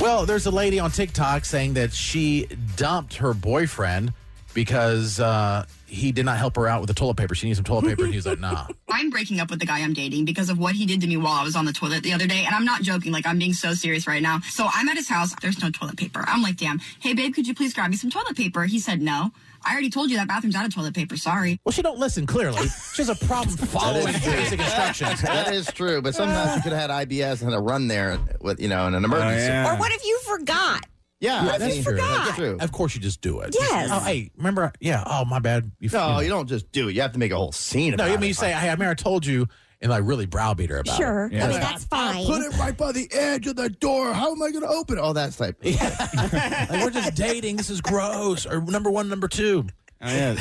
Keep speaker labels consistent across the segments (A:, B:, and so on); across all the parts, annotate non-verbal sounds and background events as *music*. A: Well, there's a lady on TikTok saying that she dumped her boyfriend because uh, he did not help her out with the toilet paper. She needs some toilet paper, and he was like, "Nah."
B: I'm breaking up with the guy I'm dating because of what he did to me while I was on the toilet the other day. And I'm not joking. Like, I'm being so serious right now. So I'm at his house. There's no toilet paper. I'm like, damn. Hey, babe, could you please grab me some toilet paper? He said, no. I already told you that bathroom's out of toilet paper. Sorry.
A: *laughs* Well, she don't listen. Clearly, she has a *laughs* problem following
C: That is true.
A: basic instructions.
C: that is true, but sometimes you could have had IBS and had a run there with you know in an emergency.
D: Or what if you forgot?
C: Oh, yeah.
A: Yeah, Ah, that's
C: that's
A: true.
C: true. That's
D: Forgot.
C: true.
A: Of course, you just do it.
D: Yes.
A: Oh, hey, remember? Yeah. Oh, my bad. You,
C: No, you don't just do it. You have to make a whole scene.
A: No,
C: About
A: I mean
C: it.
A: you say, "Hey, I mean, I told you," and like really browbeat her about it.
D: Sure. I mean, that's fine.
C: Put it right by the edge of the door. How am I going to open it? All that type.
A: Like, we're just dating. This is gross. Or number one, number two.
E: Oh,
D: *laughs*
E: yeah.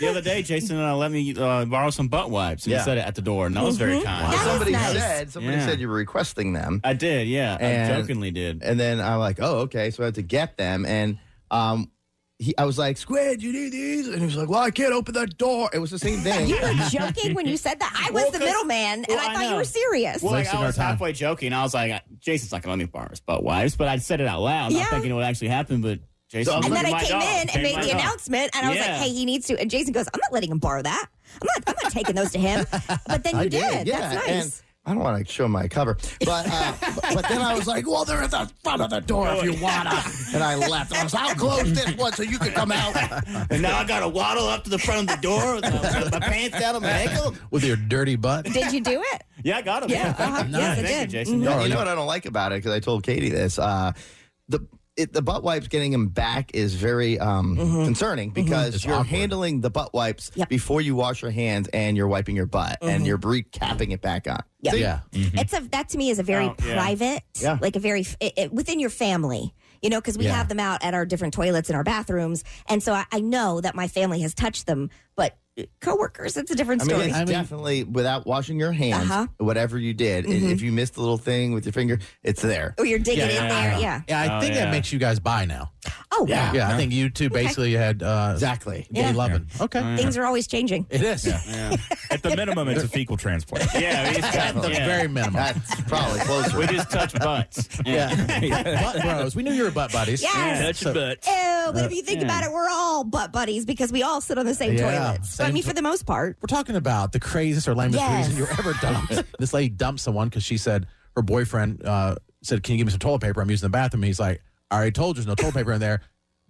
E: the other day, Jason uh, let me uh, borrow some butt wipes, and
C: Yeah.
E: he said it at the door, and that was
D: Mm-hmm.
E: very kind.
D: That is
C: somebody
D: nice.
C: said somebody
E: Yeah.
C: said you were requesting them,
E: I did, yeah. I
C: And-
E: jokingly did.
C: and then I'm like, oh, okay. So I had to get them, and um, he, I was like, Squid, you need these, and he was like, well, I can't open that door. It was the *laughs* same thing.
D: You were joking when you said that. I was
E: Well,
D: the
E: 'cause-
D: middleman, and
E: well,
D: I
E: I
D: thought you
E: know.
D: were serious.
E: Well, like,
A: Wasting
E: I
A: our
E: was
A: time.
E: halfway joking. I was like, Jason's not going to let me borrow his butt wipes, but I said it out loud,
D: Yeah.
E: not thinking it would actually happen, but Jason
C: So-
D: and then
E: looked
D: I
E: at
D: came
E: my dog,
D: in and
E: came
D: made
E: my
D: the
E: dog.
D: announcement, and I was like,
E: Yeah.
D: "Hey, he needs to." And Jason goes, "I'm not letting him borrow that. I'm not. I'm not taking those to him." But then
C: *laughs*
D: you
C: I
D: did.
C: yeah.
D: That's nice.
C: And I don't want to show my cover, but
D: *laughs*
C: uh, but- but then I was like, "Well, they're at the front of the door if you wanna," and I left. I was, "I'll close this one so you can come out."
E: And now I got to waddle up to the front of the door with my, with my pants down on my
D: *laughs*
E: ankle.
A: with your dirty butt.
D: did you do it?
E: Yeah, I got him.
D: Yeah, uh-huh. Yes, I
E: Thank
D: did.
E: you,
C: *laughs*
E: Jason.
C: No, you know what I don't like about it because I told Katie this. Uh, the it, the butt wipes getting them back is very um,
D: Mm-hmm.
C: concerning because
A: It's
C: you're
A: awkward.
C: handling the butt wipes
D: Yep. Mm-hmm.
C: before you wash your hands and you're wiping your butt and you're recapping it back on.
D: Yep.
C: See?
A: Yeah.
D: It's a that to me is a very
E: Mm-hmm. Oh, yeah.
D: private,
C: Yeah.
D: like a very it, it- within your family. You know, because we
A: Yeah.
D: have them out at our different toilets in our bathrooms, and so I, I know that my family has touched them. But coworkers, it's a different
C: I mean,
D: story.
C: it's
A: I mean-
C: definitely without washing your hands,
D: Uh-huh. Mm-hmm.
C: whatever you did, i- if you missed the little thing with your finger, it's there.
D: or Oh, you're digging
E: Yeah,
D: in
E: yeah,
D: there,
E: yeah.
D: yeah.
A: Yeah, I
E: Oh,
A: think that
E: yeah.
A: makes you guys buy now.
D: Oh,
C: Yeah.
A: Yeah, I think you two basically had uh,
C: Exactly.
A: gay
D: Yeah.
A: loving. Okay,
D: things are always changing.
A: it is.
F: Yeah. At the minimum, it's a fecal transplant.
E: Yeah, we just,
A: At the
E: yeah.
A: very minimum.
C: That's probably closer.
E: we just touch butts.
A: Yeah, butt bros. We knew you were butt buddies.
D: Yes.
E: Touch
A: So-
E: butts.
D: Ew, but if you think
E: yeah.
D: about it, we're all butt buddies because we all sit on the same
A: Yeah,
D: toilets. I
A: same
D: mean,
A: to-
D: for the most part.
A: We're talking about the craziest or lamest
D: Yes.
A: reason you're ever dumped. this lady dumped someone because she said her boyfriend uh, said, "Can you give me some toilet paper? I'm using the bathroom." And he's like, "I already told you there's no toilet paper in there."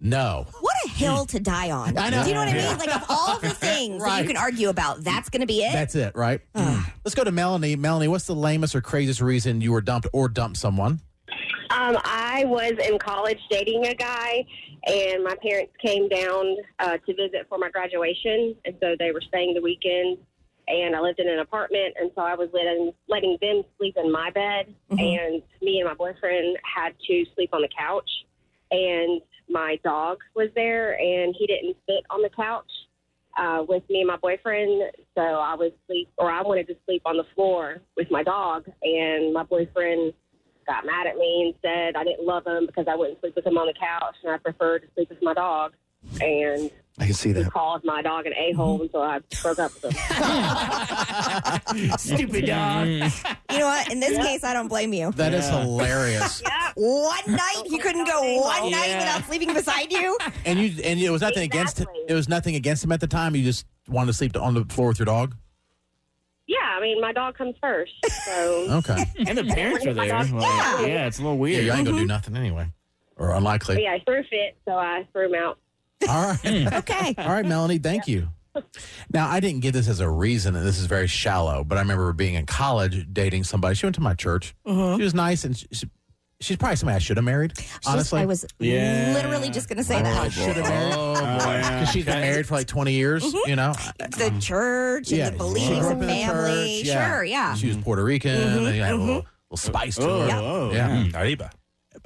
A: No.
D: What a hill to die on.
A: I know.
D: Do you know what I mean? Like, of all
A: *laughs*
D: the things that
A: Right.
D: you can argue about, that's going to be it.
A: That's it, right? Mm. Let's go to Melanie. Melanie, what's the lamest or craziest reason you were dumped or dumped someone?
G: Um, I was in college dating a guy, and my parents came down uh, to visit for my graduation, and so they were staying the weekend. And I lived in an apartment, and so I was letting letting them sleep in my bed,
D: Mhm.
G: and me and my boyfriend had to sleep on the couch. And my dog was there, and he didn't sit on the couch uh, with me and my boyfriend. So I was sleep, or I wanted to sleep on the floor with my dog, and my boyfriend got mad at me and said I didn't love him because I wouldn't sleep with him on the couch and I preferred to sleep with my dog. And
C: *laughs* I can see
G: he
C: that.
G: called my dog an a hole, and so I broke up with him.
E: *laughs* Stupid dog.
F: Mm.
D: You know what? In this case, I don't blame you.
A: That is
E: Yeah.
A: hilarious. *laughs*
D: One night, you couldn't go one night
E: Yeah.
D: without sleeping beside you.
A: And you and it was nothing against
G: Exactly.
A: it was nothing against him at the time. You just wanted to sleep on the floor with your dog.
G: Yeah, I mean my dog comes first, so
A: Okay.
E: And the parents are there. Like,
D: Yeah.
E: yeah. it's a little
A: yeah,
E: weird.
A: you ain't gonna do nothing anyway, or
G: but *laughs*
A: unlikely.
G: yeah, I threw a fit, so I threw him out.
A: All right,
D: Okay.
A: all right, Melanie. Thank you. Now I didn't give this as a reason, and this is very shallow. But I remember being in college dating somebody. She went to my church. She was nice, and she, she- she's probably somebody I should have married. honestly, Oh,
D: I was
E: Yeah.
D: literally just going to say
A: I
D: that.
A: should have married. *laughs*
E: yeah.
A: 'Cause she's been married for like twenty years. You know,
D: The church and
A: yeah,
D: the
A: she
D: beliefs
A: grew up
D: and
A: in the
D: family.
A: church, yeah.
D: Sure, yeah.
A: she was Puerto Rican. and you had a little, little spice to
E: Oh,
A: her.
E: oh,
A: yeah.
F: hmm.
A: Mm.
F: Arriba.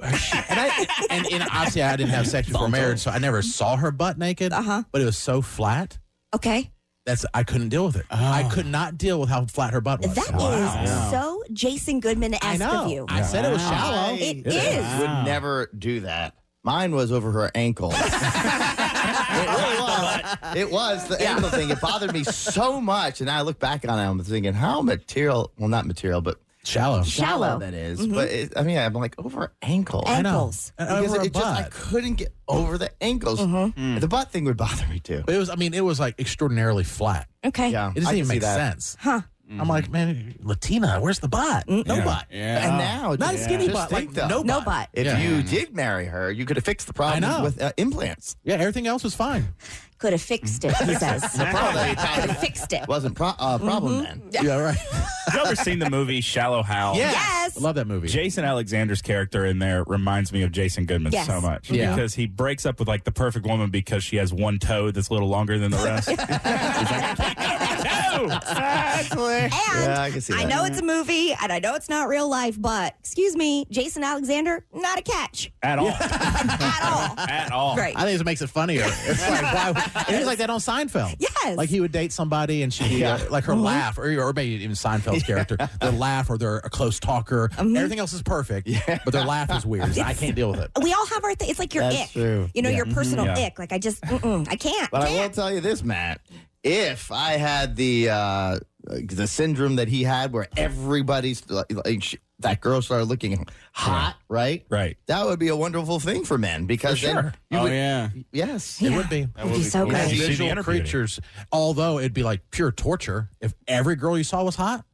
A: and I and, and obviously I didn't have sex before marriage, so I never saw her butt naked.
D: Uh-huh.
A: But it was so flat.
D: Okay.
A: That's I couldn't deal with it.
C: Oh.
A: I could not deal with how flat her butt was.
D: That is so Jason Goodman esque of you.
A: I said it was shallow.
D: It
C: I
D: is.
C: Would never do that. Mine was over her ankle. *laughs* it really was. It was the ankle thing. It bothered me so much, and I look back on it. I'm thinking, how material? Well, not material, but
A: Shallow.
C: shallow,
D: Shallow. Mm-hmm.
C: that is. But it, I mean, I'm like over ankle.
A: I know.
D: Ankles.
A: And
C: Because
A: over
C: it,
A: her
C: it just, I
A: butt. Mm-hmm.
C: couldn't get over the ankles. The butt thing would bother me too.
A: It was. I mean, it was like extraordinarily flat.
D: Okay.
C: Yeah,
A: It
C: I
A: doesn't
C: can
A: even
C: see
A: make
C: that.
A: sense. Huh? I'm like, man, Latina. Where's the butt? No
F: Yeah.
A: butt.
F: Yeah.
C: And now,
A: Not a
C: just-
A: skinny
C: just
A: butt. Like
C: think, though,
A: no butt.
D: No butt.
C: If
A: Yeah.
C: you did marry her, you could have fixed the problem
A: know.
C: with uh, implants.
A: Yeah. Everything else was fine.
D: Could have
A: *laughs*
D: fixed it, he says.
C: Probably
D: Could have fixed it.
C: wasn't pro- uh,
A: Mm-hmm.
C: problem then.
A: Yeah. Right.
F: You ever seen the movie Shallow Hal?
D: Yes.
A: I love that movie.
F: Jason Alexander's character in there reminds me of Jason Goodman
D: Yes.
F: so much
A: Yeah.
F: because he breaks up with like the perfect woman because she has one toe that's a little longer than the
E: *laughs*
F: rest. He's like, "I can't get over my toe!"
D: And
C: Yeah, I can see
D: I
C: that. *laughs*
D: know it's a movie and I know it's not real life, but excuse me, Jason Alexander, not a catch
F: at all,
D: at
A: *laughs*
D: all.
F: at
E: Oh,
F: all.
D: Right.
A: I think it makes it funnier. It's like why? It was like that on Seinfeld.
D: Yes.
A: Like he would date somebody and she, uh, like her laugh, or, or maybe even Seinfeld's character, their laugh or their a close talker. Everything else is perfect, but their laugh is weird. I can't deal with it.
D: we all have our thing. It's like your
C: That's
D: ick.
C: true.
D: You know, your
A: Mm-hmm.
D: personal
F: Yeah.
D: ick. Like I just, mm-mm, I can't.
C: But I will
D: can't.
C: tell you this, Matt. If I had the uh, the syndrome that he had, where everybody's like, like, sh- that girl started looking hot, right?
F: Right.
C: That would be a wonderful thing for men because
A: For
C: then
A: sure.
C: you would,
E: yeah.
C: yes,
A: It would be.
D: It would be so
F: Did
D: good.
F: you see the
A: Visual
F: interview?
A: creatures, although it'd be like pure torture if every girl you saw was hot.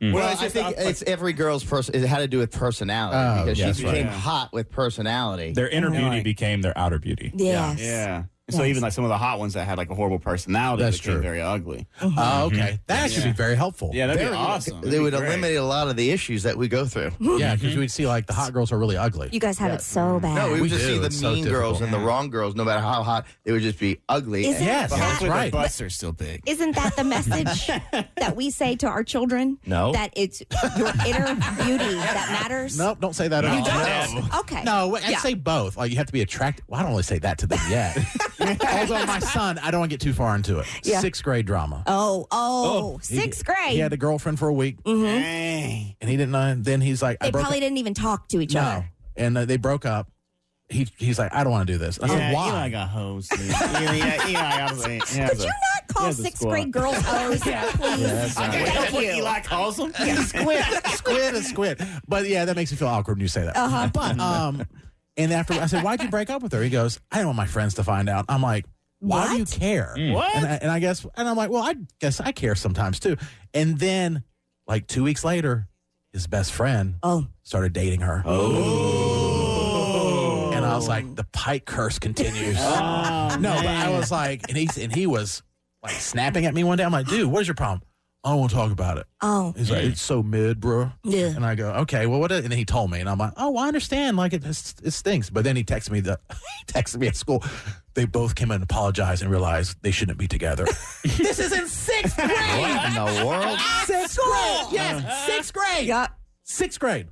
C: Well, I think it's every girl's person. It had to do with personality
A: Oh,
C: because
F: yes,
C: she
F: right.
C: became hot with personality.
F: Their inner beauty
E: like-
F: became their outer beauty.
D: Yes.
E: Yeah. And so even like some of the hot ones that had like a horrible personality
A: That's
E: became
A: true.
E: very ugly.
A: Oh,
F: Mm-hmm.
A: okay. That should be very helpful.
E: Yeah, that'd
C: Very-
E: be awesome.
C: They
E: That'd be
C: would
E: great.
C: eliminate a lot of the issues that we go through.
F: Mm-hmm.
A: Yeah, because we'd see like the hot girls are really ugly.
D: You guys have it so bad.
C: No, we would
A: We
C: just
A: do.
C: see the
A: It's so
C: mean girls
A: difficult.
C: and the wrong girls, no matter how hot, they would just be ugly.
D: Is it-
A: yes,
D: But
A: that's
D: hopefully
E: Their
A: right.
E: butts are still big.
D: Isn't that
A: *laughs*
D: the message that we say to our children?
C: No.
D: That it's your inner
A: *laughs*
D: beauty that matters?
A: Nope, don't say that at all.
D: Okay.
A: No, I'd
D: Yeah.
A: say both. Like you have to be attracted. Well, I don't really say that to them
D: *laughs*
A: yet. Although my son, I don't want to get too far into it.
D: Yeah.
A: Sixth grade drama.
D: Oh, oh,
A: Oh, he-
D: sixth grade.
A: He had a girlfriend for a week,
E: Dang.
A: and he didn't know. Then he's like,
D: Mm-hmm. they
A: I broke
D: probably
A: up.
D: didn't even talk to each
A: No,
D: other.
A: and uh, they broke up. He he's like, I don't want to do this. I said, Why?
E: Eli got hoes. *laughs* dude. Eli, Eli got hoes.
D: Could you not call
E: Here's a
D: sixth
E: squat.
A: *laughs*
D: grade girls hoes, please?
E: Okay, that's what Eli calls them?
A: squid, squid, and squid. But yeah, that makes me feel awkward when you say that.
D: Uh-huh.
A: But um, and after I said, "Why'd you break up with her?" He goes, "I didn't want my friends to find out." I'm like, "Why do you
D: What?
A: care?"
E: What?
A: And I, and I guess, and I'm like, "Well, I guess I care sometimes too." And then, like two weeks later, his best friend
D: Oh,
A: started dating her. Oh. And I was like, the Pike curse
D: *laughs*
A: continues.
E: Oh,
D: Oh,
A: no, but I was like, and he and he was like snapping at me one day. I'm like, dude, what is your problem? I don't want to talk about it.
D: oh,
A: He's like, it's so mid, bro.
D: Yeah.
A: And I go, okay, well, what? is-" And he told me, and I'm like, oh, well, I understand. Like, it, it stinks. But then he texted me the, *laughs* he texted me at school. They both came and apologized and realized they shouldn't be together. this is in *laughs* sixth grade.
C: What in the world?
A: sixth grade. Yes, sixth grade.
D: yeah.
A: Sixth grade.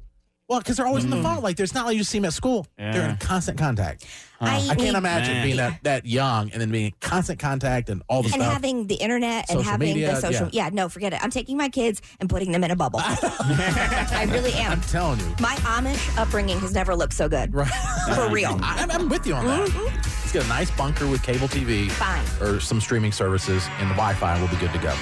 A: Well, because they're always in the phone. Like, there's not like you see them at school. They're in constant contact. I
D: mean,
A: can't imagine
E: Man.
A: being that, that young and then being in constant contact and all the
D: And
A: stuff.
D: having the internet and
A: Social
D: having
A: media,
D: the social, yeah. no, forget it. I'm taking my kids and putting them in a bubble.
A: *laughs*
D: I really am.
A: I'm telling you. *laughs*
D: My Amish upbringing has never looked so good.
A: Right.
D: For real.
A: I, I'm with you on that. Let's get a nice bunker with cable TV
D: Fine.
A: or some streaming services, and the Wi Fi will be good to go.